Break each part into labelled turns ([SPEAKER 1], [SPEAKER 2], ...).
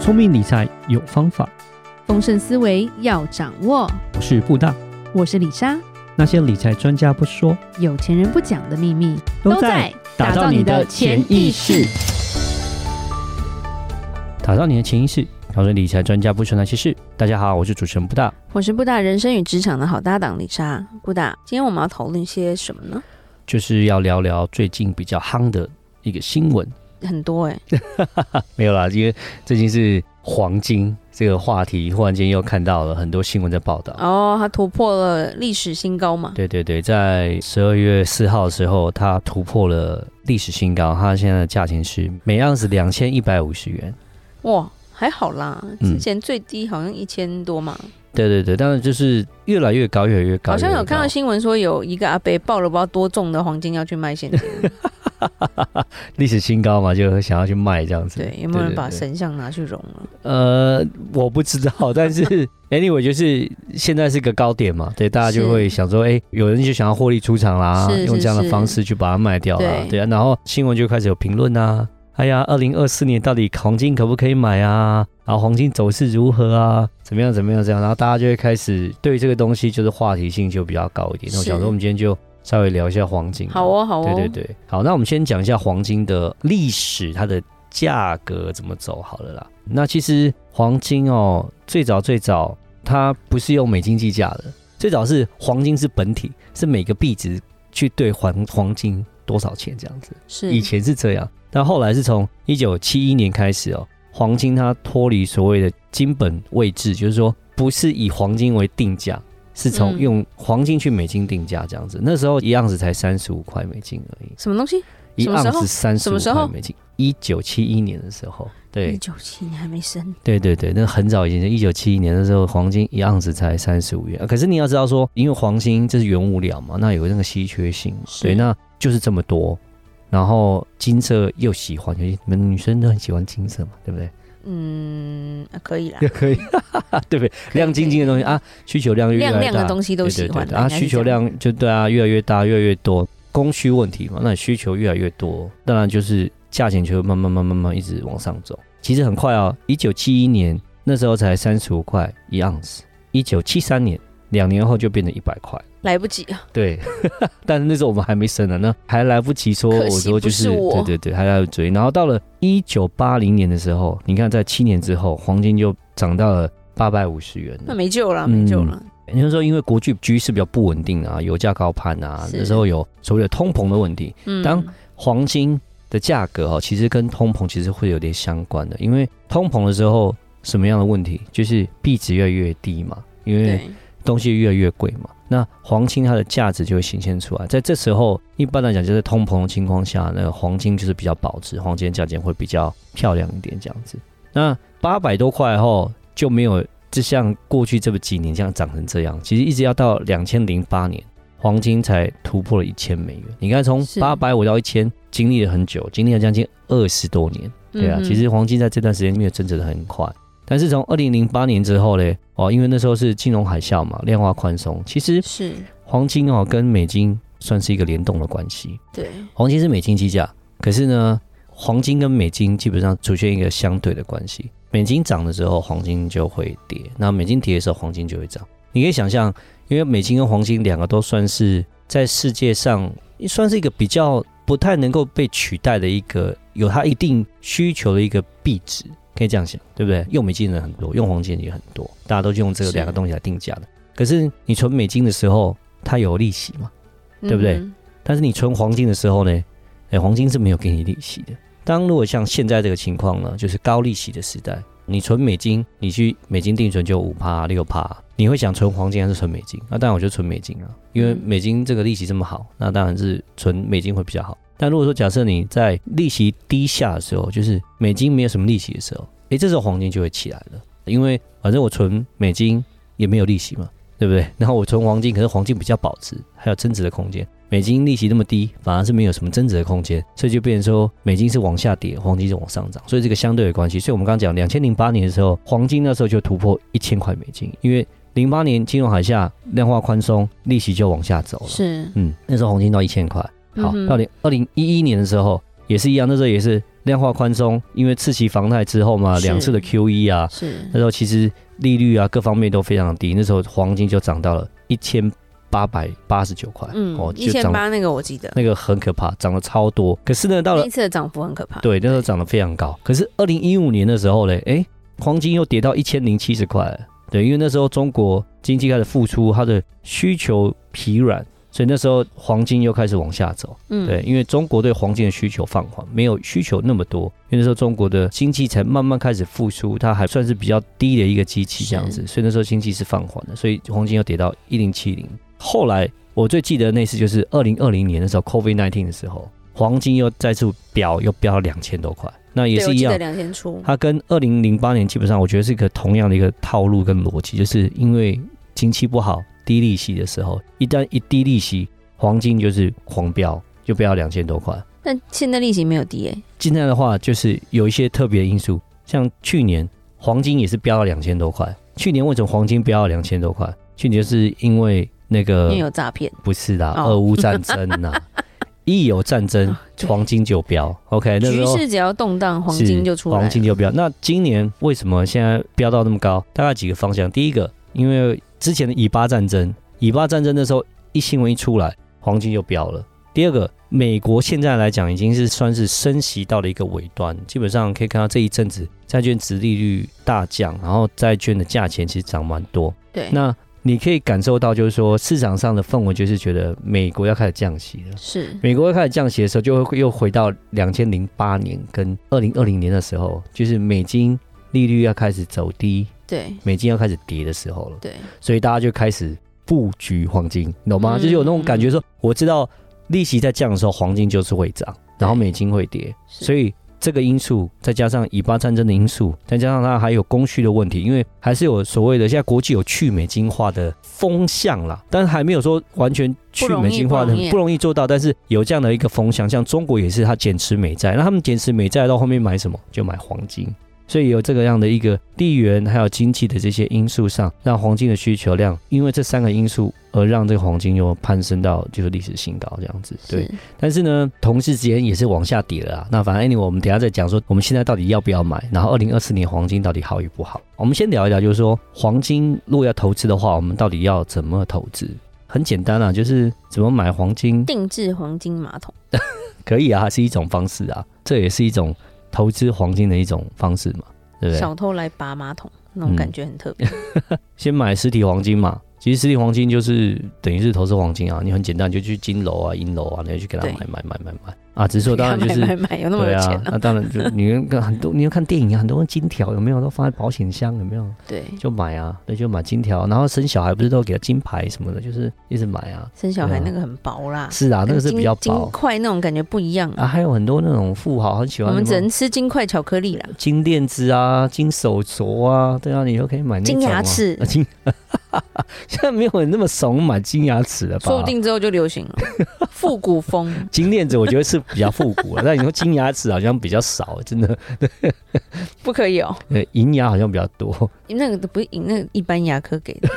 [SPEAKER 1] 聪明理财有方法，
[SPEAKER 2] 丰盛思维要掌握。
[SPEAKER 1] 我是布大。
[SPEAKER 2] 我是李莎，
[SPEAKER 1] 那些理财专家不说，
[SPEAKER 2] 有钱人不讲的秘密
[SPEAKER 1] 打造你的潜意识。，打造你的潜意识，讨论理财专家不说那些事。大家好，我是主持人布大。
[SPEAKER 2] 我是布大人生与职场的好搭档李莎。布大，今天我们要讨论些什么呢？
[SPEAKER 1] 就是要聊聊最近比较夯的一个新闻，
[SPEAKER 2] 很多哎、
[SPEAKER 1] 没有啦，因为最近是黄金这个话题，忽然间又看到了很多新闻在报道。
[SPEAKER 2] 哦，它突破了历史新高嘛？
[SPEAKER 1] 对对对，在十二月四号的时候，它突破了历史新高，它现在的价钱是每盎司两千一百五十元。
[SPEAKER 2] 哇，还好啦，
[SPEAKER 1] 嗯
[SPEAKER 2] 之前最低好像一千多嘛，
[SPEAKER 1] 对对对，当然就是越来越高，越来越高。
[SPEAKER 2] 好像
[SPEAKER 1] 越来
[SPEAKER 2] 有
[SPEAKER 1] 越
[SPEAKER 2] 看到
[SPEAKER 1] 高
[SPEAKER 2] 新闻说有一个阿伯抱了不知道多重的黄金要去卖现 金，
[SPEAKER 1] 历史新高嘛，就想要去卖这样子。
[SPEAKER 2] 对，有没有人
[SPEAKER 1] 对
[SPEAKER 2] 把
[SPEAKER 1] 对
[SPEAKER 2] 神像拿去融啊了？
[SPEAKER 1] 呃，我不知道，但 是 anyway，就是现在是个高点嘛，对，大家
[SPEAKER 2] 是
[SPEAKER 1] 就会想说，哎、有人就想要获利出场啦，
[SPEAKER 2] 是是
[SPEAKER 1] 用这样的方式去把它卖掉啦，
[SPEAKER 2] 对
[SPEAKER 1] 对啊，然后新闻就开始有评论啊，哎呀，二零二四年到底黄金可不可以买啊？然后黄金走势如何啊？怎么样怎么样这样？然后大家就会开始对这个东西就是话题性就比较高一点。那我
[SPEAKER 2] 是
[SPEAKER 1] 想说，我们今天就稍微聊一下黄金。
[SPEAKER 2] 好哦，好哦，
[SPEAKER 1] 对对对，好，那我们先讲一下黄金的历史，它的价格怎么走好了啦。那其实黄金哦，最早最早它不是用美金计价的，最早是黄金是本体，是每个币值去兑黄黄金多少钱这样子。
[SPEAKER 2] 是
[SPEAKER 1] 以前是这样，但后来是从一九七一年开始哦，黄金它脱离所谓的金本位制，就是说不是以黄金为定价，是从
[SPEAKER 2] 嗯
[SPEAKER 1] 用黄金去美金定价这样子。那时候一盎司才三十五块美金而已，
[SPEAKER 2] 什么东西？
[SPEAKER 1] 一
[SPEAKER 2] 什么时
[SPEAKER 1] 盎
[SPEAKER 2] 候
[SPEAKER 1] 司三十
[SPEAKER 2] 什
[SPEAKER 1] 五
[SPEAKER 2] 么时候
[SPEAKER 1] 块美金。一九七一年的时候，
[SPEAKER 2] 一
[SPEAKER 1] 对
[SPEAKER 2] 九七你还没生，
[SPEAKER 1] 对对对，那很早以前，一九七一年的时候，黄金一盎司才三十五元。呃可是你要知道说，因为黄金这是原物料嘛，那有那个稀缺性嘛，
[SPEAKER 2] 是
[SPEAKER 1] 对，那就是这么多。然后金色又喜欢，尤其你们女生都很喜欢金色嘛，对不对？
[SPEAKER 2] 啊 嗯，啊可以啦。
[SPEAKER 1] 也可以，对 不对？亮晶晶的东西啊，需求量越来越大，
[SPEAKER 2] 亮亮的东西都喜欢
[SPEAKER 1] 对对对啊，需求量就对啊，越来越大，越来越多，供需问题嘛，那你需求越来越多，当然就是价钱就会慢慢慢慢慢一直往上走。其实很快啊、哦，一九七一年那时候才三十五块一盎司，一九七三年两年后就变成一百块。
[SPEAKER 2] 来不及啊，
[SPEAKER 1] 对， 但是那时候我们还没生呢，那还来不及说，
[SPEAKER 2] 可
[SPEAKER 1] 我
[SPEAKER 2] 惜
[SPEAKER 1] 说
[SPEAKER 2] 不
[SPEAKER 1] 就是
[SPEAKER 2] 我
[SPEAKER 1] 对对对，还来不及。然后到了一九八零年的时候，你看在七年之后，黄金就涨到了八百五十元了
[SPEAKER 2] 那没救了，
[SPEAKER 1] 嗯
[SPEAKER 2] 没救了。
[SPEAKER 1] 那时候因为国际局势比较不稳定啊，油价高攀啊，
[SPEAKER 2] 是
[SPEAKER 1] 那时候有所谓的通膨的问题，
[SPEAKER 2] 嗯，
[SPEAKER 1] 当黄金的价格哦，其实跟通膨其实会有点相关的，因为通膨的时候什么样的问题，就是币值越来越低嘛，因为
[SPEAKER 2] 对
[SPEAKER 1] 东西越来越贵嘛，那黄金它的价值就会显现出来。在这时候，一般来讲就是通膨的情况下，那个黄金就是比较保值，黄金的价钱会比较漂亮一点这样子。那八百多块后就没有，就像过去这么几年这样涨成这样，其实一直要到两千零八年，黄金才突破了一千美元。你看，从
[SPEAKER 2] 是
[SPEAKER 1] 八百五到一千，经历了很久，经历了将近二十多年。对啊，
[SPEAKER 2] 嗯
[SPEAKER 1] 其实黄金在这段时间没有增值的很快，但是从二零零八年之后嘞，哦，因为那时候是金融海啸嘛，量化宽松，其实
[SPEAKER 2] 是
[SPEAKER 1] 黄金哦跟美金算是一个联动的关系，
[SPEAKER 2] 对，
[SPEAKER 1] 黄金是美金计价，可是呢，黄金跟美金基本上出现一个相对的关系，美金涨的时候，黄金就会跌；那美金跌的时候，黄金就会涨。你可以想象，因为美金跟黄金两个都算是在世界上算是一个比较不太能够被取代的一个有它一定需求的一个币值，可以这样想，对不对？用美金的人很多，用黄金的也很多，大家都用这个
[SPEAKER 2] 是
[SPEAKER 1] 两个东西来定价的。可是你存美金的时候，它有利息嘛？对不对
[SPEAKER 2] 嗯
[SPEAKER 1] 但是你存黄金的时候呢，哎，黄金是没有给你利息的。当如果像现在这个情况呢，就是高利息的时代，你存美金，你去美金定存就五趴六趴，你会想存黄金还是存美金？那、当然我就存美金啊，因为
[SPEAKER 2] 嗯
[SPEAKER 1] 美金这个利息这么好，那当然是存美金会比较好。但如果说假设你在利息低下的时候，就是美金没有什么利息的时候，哎，这时候黄金就会起来了，因为反正我存美金也没有利息嘛，对不对？ 然后我存黄金，可是黄金比较保值，还有增值的空间。美金利息那么低，反而是没有什么增值的空间，所以就变成说美金是往下跌，黄金是往上涨，所以这个相对的关系。所以我们刚刚讲，两千零八年的时候，黄金那时候就突破一千块美金，因为零八年金融海啸、量化宽松，利息就往下走了。嗯
[SPEAKER 2] 是
[SPEAKER 1] 嗯，那时候黄金到一千块。好，
[SPEAKER 2] 嗯哼
[SPEAKER 1] 到零二零一一年的时候，也是一样，那时候也是量化宽松，因为刺激房贷之后嘛，
[SPEAKER 2] 是
[SPEAKER 1] 两次的 Q E 啊，
[SPEAKER 2] 是
[SPEAKER 1] 那时候其实利率啊各方面都非常低，那时候黄金就涨到了一千八百八十九块，哦
[SPEAKER 2] 嗯，一
[SPEAKER 1] 就
[SPEAKER 2] 千
[SPEAKER 1] 涨
[SPEAKER 2] 八那个我记得，
[SPEAKER 1] 那个很可怕，涨了超多。可是呢，到
[SPEAKER 2] 那
[SPEAKER 1] 了
[SPEAKER 2] 一次的涨幅很可怕。
[SPEAKER 1] 对那时候涨得非常高，可是二零一五年的时候嘞，哎，黄金又跌到一千零七十块了，对，因为那时候中国经济开始复苏，它的需求疲软，所以那时候黄金又开始往下走。
[SPEAKER 2] 嗯，
[SPEAKER 1] 对，因为中国对黄金的需求放缓，没有需求那么多，因为那时候中国的经济才慢慢开始复苏，它还算是比较低的一个机器这样子，所以那时候经济是放缓的，所以黄金又跌到一零七零。后来我最记得那次就是二零二零年的时候，COVID nineteen 的时候，黄金又再次飙，又飙到两千多块，那也
[SPEAKER 2] 对，我
[SPEAKER 1] 是一
[SPEAKER 2] 记
[SPEAKER 1] 样
[SPEAKER 2] 得，两千出，
[SPEAKER 1] 它跟二零零八年基本上，我觉得是一个同样的一个套路跟逻辑，就是因为经济不好、低利息的时候，一旦一低利息，黄金就是狂飙，就飙两千多块。
[SPEAKER 2] 但现在利息没有低诶、
[SPEAKER 1] 现在的话，就是有一些特别因素，像去年黄金也是飙到两千多块。去年为什么黄金飙到两千多块？去年就是因为那
[SPEAKER 2] 因
[SPEAKER 1] 个
[SPEAKER 2] 为有诈骗。
[SPEAKER 1] 不是啦，
[SPEAKER 2] 哦
[SPEAKER 1] 俄乌战争呐、 一有战争，
[SPEAKER 2] 啊对
[SPEAKER 1] 黄金就飙。OK，那时
[SPEAKER 2] 局
[SPEAKER 1] 候
[SPEAKER 2] 势只要动荡，黄
[SPEAKER 1] 是
[SPEAKER 2] 金就出来了。
[SPEAKER 1] 黄金就飙。那今年为什么现在飙到那么高？大概几个方向。第一个，因为之前的以巴战争，以巴战争的时候一新闻一出来，黄金就飙了。第二个，美国现在来讲已经是算是升息到了一个尾端，基本上可以看到这一阵子债券值利率大降，然后债券的价钱其实涨蛮多。
[SPEAKER 2] 对，
[SPEAKER 1] 那你可以感受到，就是说市场上的氛围就是觉得美国要开始降息了。
[SPEAKER 2] 是
[SPEAKER 1] 美国开始降息的时候，就会又回到两千零八年跟二零二零年的时候，就是美金利率要开始走低，
[SPEAKER 2] 对
[SPEAKER 1] 美金要开始跌的时候了，
[SPEAKER 2] 对
[SPEAKER 1] 所以大家就开始布局黄金，你懂吗？
[SPEAKER 2] 嗯
[SPEAKER 1] 就是有那种感觉说，我知道利息在降的时候，黄金就是会涨，然后美金会跌，
[SPEAKER 2] 是
[SPEAKER 1] 所以。这个因素再加上以巴战争的因素，再加上它还有供需的问题，因为还是有所谓的现在国际有去美金化的风向啦，但是还没有说完全去美金化
[SPEAKER 2] 不
[SPEAKER 1] 的
[SPEAKER 2] 容易不容易
[SPEAKER 1] 不容易做到，但是有这样的一个风向，像中国也是它减持美债，那他们减持美债到后面买什么就买黄金，所以有这个样的一个地缘还有经济的这些因素上，让黄金的需求量因为这三个因素而让这个黄金又攀升到就是历史新高这样子，对。
[SPEAKER 2] 是
[SPEAKER 1] 但是呢，同事之间也是往下跌了啊。那反正 anyway，我们等一下再讲说我们现在到底要不要买，然后二零二四年黄金到底好与不好。我们先聊一聊，就是说黄金如果要投资的话，我们到底要怎么投资？很简单啊，就是怎么买黄金，
[SPEAKER 2] 定制黄金马桶。
[SPEAKER 1] 可以啊，是一种方式啊，这也是一种投资黄金的一种方式嘛，对不对？
[SPEAKER 2] 小偷来拔马桶，那种
[SPEAKER 1] 嗯
[SPEAKER 2] 感觉很特别。
[SPEAKER 1] 先买实体黄金嘛。其实实体黄金就是等于是投资黄金啊，你很简单就去金楼啊、银楼啊，你就去给他
[SPEAKER 2] 对
[SPEAKER 1] 买买买买买啊。只是说当 然就是
[SPEAKER 2] 买买买，有那么
[SPEAKER 1] 对
[SPEAKER 2] 有钱
[SPEAKER 1] 啊，
[SPEAKER 2] 啊？
[SPEAKER 1] 那当然就你看很多，你要看电影啊，很多人金条有没有都放在保险箱有没有？
[SPEAKER 2] 对，
[SPEAKER 1] 就买啊，对，就买金条，然后生小孩不是都给他金牌什么的，就是一直买啊。
[SPEAKER 2] 生小
[SPEAKER 1] 对
[SPEAKER 2] 孩
[SPEAKER 1] 啊
[SPEAKER 2] 那个很薄啦，
[SPEAKER 1] 是啊，那个是比较
[SPEAKER 2] 金
[SPEAKER 1] 薄
[SPEAKER 2] 金块那种感觉不一样
[SPEAKER 1] 啊，
[SPEAKER 2] 啊。
[SPEAKER 1] 还有很多那种富豪很喜
[SPEAKER 2] 我
[SPEAKER 1] 欢
[SPEAKER 2] 们只
[SPEAKER 1] 什
[SPEAKER 2] 能
[SPEAKER 1] 么
[SPEAKER 2] 吃金块巧克力啦，
[SPEAKER 1] 金链子啊、金手镯啊，对啊，你就可以买那种、啊、
[SPEAKER 2] 金牙齿
[SPEAKER 1] 啊，金。 现在没有人那么怂买金牙齿了吧？
[SPEAKER 2] 说不定之后就流行 了，复古风。
[SPEAKER 1] 金链子我觉得是比较复古了，但你说金牙齿好像比较少，真的，
[SPEAKER 2] 不可以哦，
[SPEAKER 1] 呃银牙好像比较多。
[SPEAKER 2] 那个都不是银，那个一般牙科给的，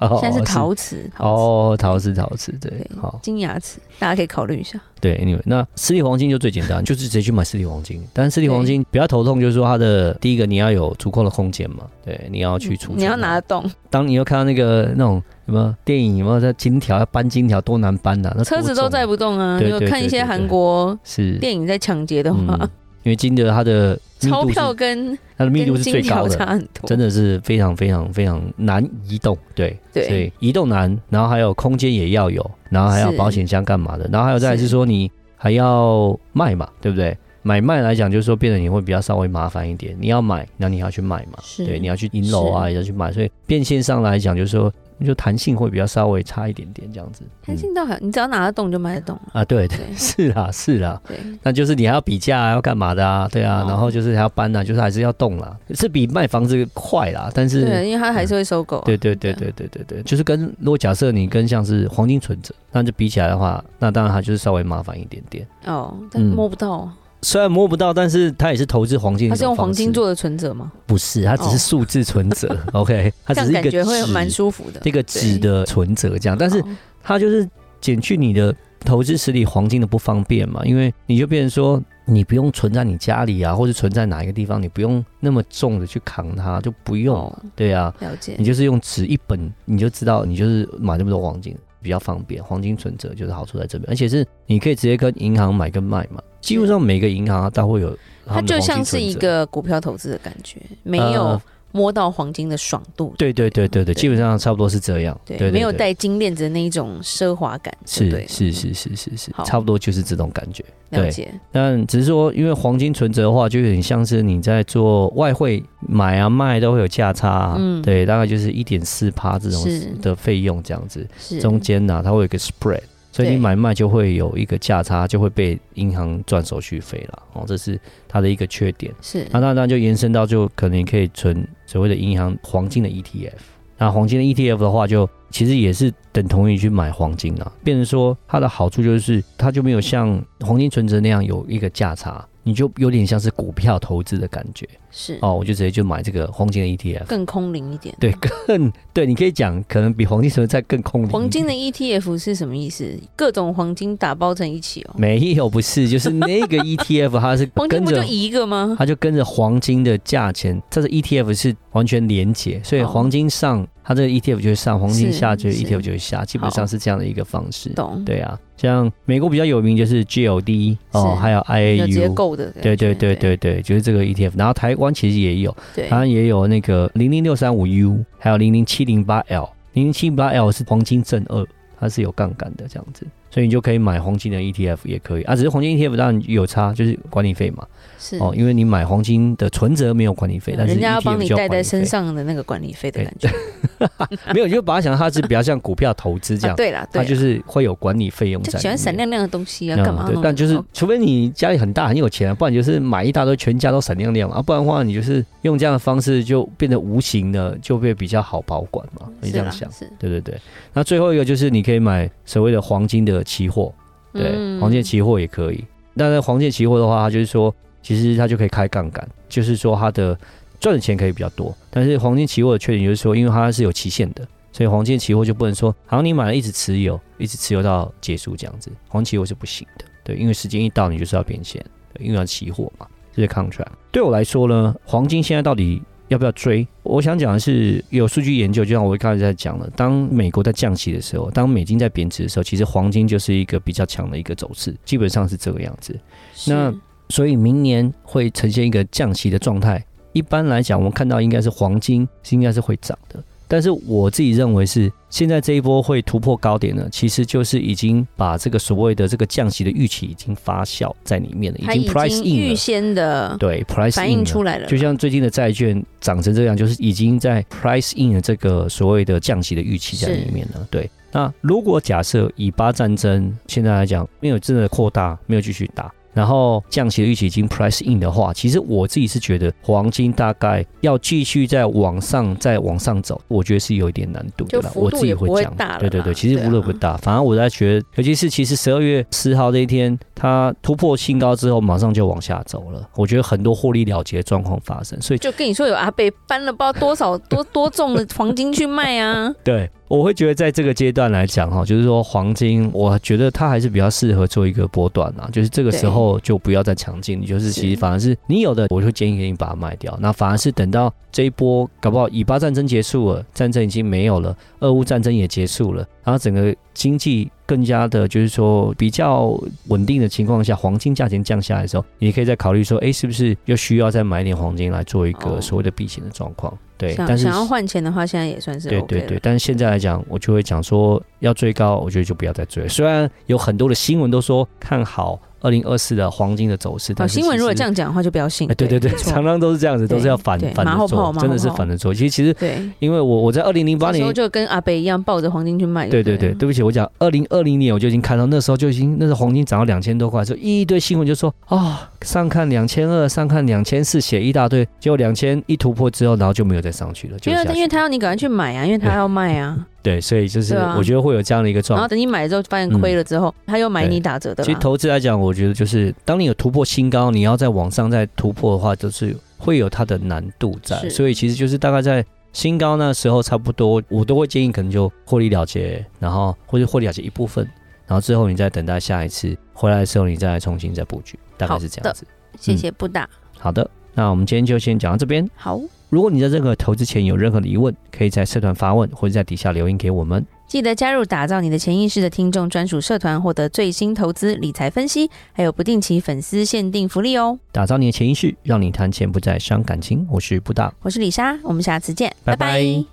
[SPEAKER 1] 哦
[SPEAKER 2] 现在是陶瓷，陶瓷
[SPEAKER 1] 哦，陶瓷陶瓷，对，
[SPEAKER 2] 对
[SPEAKER 1] 好，
[SPEAKER 2] 金牙齿，大家可以考虑一下。
[SPEAKER 1] 对，anyway，那实体黄金就最简 单，就是直接去买实体黄金。但是实体黄金比较头痛，就是说它的第一个你要有足够的空间嘛，对，你要去储存，
[SPEAKER 2] 嗯你要拿得。动，
[SPEAKER 1] 当你又看到那个那种什么电影，有没有在金条要搬金条多难搬啊呐、那多
[SPEAKER 2] 车子都
[SPEAKER 1] 重
[SPEAKER 2] 载不动啊。
[SPEAKER 1] 对
[SPEAKER 2] 如果
[SPEAKER 1] 对
[SPEAKER 2] 看一
[SPEAKER 1] 对
[SPEAKER 2] 些
[SPEAKER 1] 对
[SPEAKER 2] 韩
[SPEAKER 1] 对
[SPEAKER 2] 国
[SPEAKER 1] 是
[SPEAKER 2] 电影在抢劫的话，
[SPEAKER 1] 嗯，因为金的它的密
[SPEAKER 2] 钞
[SPEAKER 1] 度是
[SPEAKER 2] 票跟
[SPEAKER 1] 它的密度
[SPEAKER 2] 跟
[SPEAKER 1] 是
[SPEAKER 2] 金
[SPEAKER 1] 最
[SPEAKER 2] 条
[SPEAKER 1] 高的
[SPEAKER 2] 差，很多，
[SPEAKER 1] 真的是非常非常非常难移动，对，
[SPEAKER 2] 对
[SPEAKER 1] 所以移动难，然后还有空间也要有，然后还要
[SPEAKER 2] 是
[SPEAKER 1] 保险箱干嘛的，然后还有再来是说你还要卖嘛，对不对？买卖来讲，就是说变得你会比较稍微麻烦一点，你要买，那你要去卖嘛，
[SPEAKER 2] 是
[SPEAKER 1] 对，你要去银楼啊，
[SPEAKER 2] 是
[SPEAKER 1] 也要去买，所以变现上来讲，就是说就弹性会比较稍微差一点点这样子。嗯
[SPEAKER 2] 弹性倒还，你只要拿得动就卖得动了。
[SPEAKER 1] 啊，对对，
[SPEAKER 2] 对
[SPEAKER 1] 是啦是啦，
[SPEAKER 2] 对，
[SPEAKER 1] 那就是你还要比价、啊，要干嘛的啊？对啊，
[SPEAKER 2] 哦
[SPEAKER 1] 然后就是还要搬啊，就是还是要动啦，是比卖房子快啦，但是
[SPEAKER 2] 对，因为他还是会收购啊。
[SPEAKER 1] 对对对
[SPEAKER 2] 对
[SPEAKER 1] 对对对对，就是跟如果假设你跟像是黄金存折，那就比起来的话，那当然它就是稍微麻烦一点点。
[SPEAKER 2] 哦，但
[SPEAKER 1] 嗯
[SPEAKER 2] 摸不到，
[SPEAKER 1] 虽然摸不到，但是它也是投资黄金
[SPEAKER 2] 他
[SPEAKER 1] 的一
[SPEAKER 2] 是用
[SPEAKER 1] 种方
[SPEAKER 2] 黄
[SPEAKER 1] 式，
[SPEAKER 2] 金做的存折吗？
[SPEAKER 1] 不是，它只是数字存折、o k 它
[SPEAKER 2] 这
[SPEAKER 1] 只是
[SPEAKER 2] 样
[SPEAKER 1] 一
[SPEAKER 2] 感
[SPEAKER 1] 个
[SPEAKER 2] 觉会
[SPEAKER 1] 纸
[SPEAKER 2] 蛮舒服的。
[SPEAKER 1] 一个纸的存折这样，但是
[SPEAKER 2] 哦
[SPEAKER 1] 它就是减去你的投资实体黄金的不方便嘛，因为你就变成说你不用存在你家里啊，或者存在哪一个地方，你不用那么重的去扛它，就不用。
[SPEAKER 2] 哦
[SPEAKER 1] 对啊，
[SPEAKER 2] 了解
[SPEAKER 1] 你，就是用纸一本，你就知道你就是买那么多黄金，比较方便。黄金存折就是好处在这边，而且是你可以直接跟银行买跟卖嘛。基本上每个银行啊，都会有他
[SPEAKER 2] 它
[SPEAKER 1] 们的
[SPEAKER 2] 就
[SPEAKER 1] 黄金
[SPEAKER 2] 像是
[SPEAKER 1] 存
[SPEAKER 2] 一
[SPEAKER 1] 折
[SPEAKER 2] 个股票投资的感觉，没有
[SPEAKER 1] 呃
[SPEAKER 2] 摸到黄金的爽度，
[SPEAKER 1] 对对对对对，基本上差不多是这样。对，对
[SPEAKER 2] 没有
[SPEAKER 1] 对
[SPEAKER 2] 带金链子的那一种奢华感，
[SPEAKER 1] 是
[SPEAKER 2] 对了，
[SPEAKER 1] 是是是是是
[SPEAKER 2] 好，
[SPEAKER 1] 差不多就是这种感觉。
[SPEAKER 2] 了
[SPEAKER 1] 对
[SPEAKER 2] 解，
[SPEAKER 1] 但只是说，因为黄金存折的话，就有点像是你在做外汇买啊卖都会有价差、啊，
[SPEAKER 2] 嗯
[SPEAKER 1] 对，大概就是一点四趴这种
[SPEAKER 2] 是
[SPEAKER 1] 的费用这样子，
[SPEAKER 2] 是
[SPEAKER 1] 中间呢、它会有一个 spread，所以
[SPEAKER 2] 对
[SPEAKER 1] 你买卖就会有一个价差，就会被银行赚手续费了，哦，这是它的一个缺点。
[SPEAKER 2] 是
[SPEAKER 1] 那那那就延伸到就可能可以存所谓的银行黄金的 ETF。那黄金的 ETF 的话就，其实也是等同于去买黄金啊。变成说它的好处就是，它就没有像黄金存折那样有一个价差，你就有点像是股票投资的感觉
[SPEAKER 2] 是
[SPEAKER 1] 哦。我就直接就买这个黄金的 ETF。
[SPEAKER 2] 更空灵一点。
[SPEAKER 1] 对，更对，你可以讲，可能比黄金存折再更空灵一点。
[SPEAKER 2] 黄金的 ETF 是什么意思？各种黄金打包成一起哦。
[SPEAKER 1] 没有，不是，就是那 个 ETF，它是
[SPEAKER 2] 黄金
[SPEAKER 1] 跟
[SPEAKER 2] 不
[SPEAKER 1] 着
[SPEAKER 2] 就一个吗？
[SPEAKER 1] 它就跟着黄金的价钱，它的 ETF 是完全连结，所以
[SPEAKER 2] 哦
[SPEAKER 1] 黄金上，它这个 ETF 就会上；黄金
[SPEAKER 2] 是
[SPEAKER 1] 下，就是 ETF 就会下，基本上是这样的一个方式。
[SPEAKER 2] 懂，
[SPEAKER 1] 对啊，像美国比较有名就是 GOD 哦，
[SPEAKER 2] 是
[SPEAKER 1] 还有
[SPEAKER 2] 有结
[SPEAKER 1] IAU。
[SPEAKER 2] 构的感觉。
[SPEAKER 1] 对对对对对，就是这个 ETF，然后台湾其实也有，
[SPEAKER 2] 对
[SPEAKER 1] 台湾也有那个零零六三五 U，还有零零七零八 L，零零七零八 L 是黄金正二，它是有杠杆的这样子，所以你就可以买黄金的 ETF 也可以啊，只是黄金 ETF 当然有差，就是管理费嘛，
[SPEAKER 2] 是嗯
[SPEAKER 1] 哦，因为你买黄金的存折没有管理费，但是
[SPEAKER 2] 人家要
[SPEAKER 1] ETF
[SPEAKER 2] 帮你
[SPEAKER 1] 就
[SPEAKER 2] 带
[SPEAKER 1] 管
[SPEAKER 2] 在
[SPEAKER 1] 理
[SPEAKER 2] 身
[SPEAKER 1] 费，
[SPEAKER 2] 上的那个管理费的
[SPEAKER 1] 对
[SPEAKER 2] 感 觉。
[SPEAKER 1] 没有，你就把它想它是比较像股票投资这
[SPEAKER 2] 啊
[SPEAKER 1] 样，
[SPEAKER 2] 对啦，
[SPEAKER 1] 它
[SPEAKER 2] 对啦，
[SPEAKER 1] 就是会有管理费用在。
[SPEAKER 2] 就喜欢闪。亮亮的东西啊，
[SPEAKER 1] 嗯
[SPEAKER 2] 干嘛
[SPEAKER 1] 对
[SPEAKER 2] 弄？
[SPEAKER 1] 但就是
[SPEAKER 2] 哦，
[SPEAKER 1] 除非你家里很大很有钱、不然你就是买一大堆全家都闪亮亮嘛，啊，不然的话你就是用这样的方式就变得无形的，就会比较好保管嘛。你这
[SPEAKER 2] 是
[SPEAKER 1] 样
[SPEAKER 2] 啦
[SPEAKER 1] 想，
[SPEAKER 2] 是
[SPEAKER 1] 对对对。那最后一个就是你可以买所谓的黄金的期货，对，
[SPEAKER 2] 嗯
[SPEAKER 1] 黄金期货也可以。但是黄金期货的话，它就是说，其实它就可以开杠杆，就是说它的赚的钱可以比较多。但是黄金期货的缺点就是说，因为它是有期限的，所以黄金期货就不能说，好像你买了一直持有，一直持有到结束这样子，黄金期货是不行的。对，因为时间一到，你就是要变现，对因为它期货嘛，这是 contract。对我来说呢，黄金现在到底要不要追？我想讲的是，有数据研究，就像我刚才在讲了，当美国在降息的时候，当美金在贬值的时候，其实黄金就是一个比较强的一个走势，基本上是这个样子。
[SPEAKER 2] 是
[SPEAKER 1] 那所以明年会呈现一个降息的状态。一般来讲，我们看到应该是黄金是应该是会涨的，但是我自己认为是现在这一波会突破高点呢，其实就是已经把这个所谓的这个降息的预期已经发酵在里面了，
[SPEAKER 2] 它
[SPEAKER 1] 已
[SPEAKER 2] 已
[SPEAKER 1] 经 price
[SPEAKER 2] 经
[SPEAKER 1] in
[SPEAKER 2] 预
[SPEAKER 1] 了，
[SPEAKER 2] 先的
[SPEAKER 1] 对 price
[SPEAKER 2] 反
[SPEAKER 1] in
[SPEAKER 2] 映
[SPEAKER 1] 了。
[SPEAKER 2] 出来了，
[SPEAKER 1] 就像最近的债券涨成这样，就是已经在 price in 了这个所谓的降息的预期在里面了。对，那如果假设以巴战争现在来讲没有真的扩大，没有继续打，然后降息的预期已经 price in 的话，其实我自己是觉得黄金大概要继续再往上再往上走，我觉得是有一点难度的
[SPEAKER 2] 就
[SPEAKER 1] 啦。
[SPEAKER 2] 幅度
[SPEAKER 1] 我自己会
[SPEAKER 2] 也不
[SPEAKER 1] 讲
[SPEAKER 2] 会大了，
[SPEAKER 1] 对对对，
[SPEAKER 2] 啦啊
[SPEAKER 1] 其实幅度不大，反而我在觉得，尤其是其实十二月四号这一天，它突破新高之后，马上就往下走了。我觉得很多获利了结的状况发生，所以
[SPEAKER 2] 就跟你说有阿贝搬了不知道多少多多重的黄金去卖啊，
[SPEAKER 1] 对，我会觉得在这个阶段来讲哈，就是说黄金，我觉得它还是比较适合做一个波段啊，就是这个时候就不要再强进，你就是其
[SPEAKER 2] 是
[SPEAKER 1] 实反而是你有的，我就建议给你把它卖掉。那反而是等到这一波搞不好以巴战争结束了，战争已经没有了，俄乌战争也结束了，然后整个经济。更加的，就是说比较稳定的情况下，黄金价钱降下来的时候，你可以再考虑说，哎、是不是又需要再买一点黄金来做一
[SPEAKER 2] 哦
[SPEAKER 1] 个所谓的避险的状况？ 对，
[SPEAKER 2] 想
[SPEAKER 1] 但是
[SPEAKER 2] 想要换钱的话，现在也算是
[SPEAKER 1] 对
[SPEAKER 2] OK
[SPEAKER 1] 对
[SPEAKER 2] 了
[SPEAKER 1] 对，但是现在来讲，我就会讲说要追高，我觉得就不要再追了。虽然有很多的新闻都说看好二零二四的黄金的走势，
[SPEAKER 2] 好，
[SPEAKER 1] 但是
[SPEAKER 2] 哦新闻
[SPEAKER 1] 其
[SPEAKER 2] 如果
[SPEAKER 1] 实
[SPEAKER 2] 这，样讲的话，就不要信。
[SPEAKER 1] 哎，对对对，
[SPEAKER 2] 没错
[SPEAKER 1] 常常都是这样子，都是
[SPEAKER 2] 对
[SPEAKER 1] 要反
[SPEAKER 2] 对
[SPEAKER 1] 反
[SPEAKER 2] 马
[SPEAKER 1] 着
[SPEAKER 2] 后炮
[SPEAKER 1] 做，
[SPEAKER 2] 马
[SPEAKER 1] 真的
[SPEAKER 2] 后
[SPEAKER 1] 是
[SPEAKER 2] 炮
[SPEAKER 1] 反着做。其实其实，
[SPEAKER 2] 对，
[SPEAKER 1] 因为我我在二零零八
[SPEAKER 2] 那时
[SPEAKER 1] 年
[SPEAKER 2] 候就跟阿贝一样抱着黄金去卖。
[SPEAKER 1] 对对
[SPEAKER 2] 对
[SPEAKER 1] 对，对不起，我讲二零二零年我就已经看到，那时候就已经那时候黄金涨到两千多块，就一堆新闻就说啊、上看两千二，上看两千四，写一大堆，结果两千一突破之后，然后就没有再上去了，就
[SPEAKER 2] 因为
[SPEAKER 1] 下
[SPEAKER 2] 因为
[SPEAKER 1] 去
[SPEAKER 2] 他要你赶快去买啊，因为他要卖 啊，
[SPEAKER 1] 对，所以就是
[SPEAKER 2] 对啊
[SPEAKER 1] 我觉得会有这样的一个状
[SPEAKER 2] 然
[SPEAKER 1] 况
[SPEAKER 2] 后。等你买了之后发现亏了之后，他又买
[SPEAKER 1] 啊对
[SPEAKER 2] 你打折的
[SPEAKER 1] 其实
[SPEAKER 2] 啦。
[SPEAKER 1] 投资来讲，我觉得就是当你有突破新高，你要在往上再突破的话，就是会有它的难度在。
[SPEAKER 2] 是
[SPEAKER 1] 所以其实就是大概在新高那时候，差不多我都会建议可能就获利了结，然后或者获利了结一部分，然后之后你再等待下一次回来的时候，你再来重新再布局，大概是这样子。
[SPEAKER 2] 谢谢布大。
[SPEAKER 1] 好的，那我们今天就先讲到这边。
[SPEAKER 2] 好，
[SPEAKER 1] 如果你在任何投资前有任何的疑问，可以在社团发问，或者在底下留言给我们。
[SPEAKER 2] 记得加入打造你的潜意识的听众专属社团，获得最新投资理财分析，还有不定期粉丝限定福利哦。
[SPEAKER 1] 打造你的潜意识，让你谈钱不再伤感情。我是布大，
[SPEAKER 2] 我是李莎，我们下次见，
[SPEAKER 1] 拜拜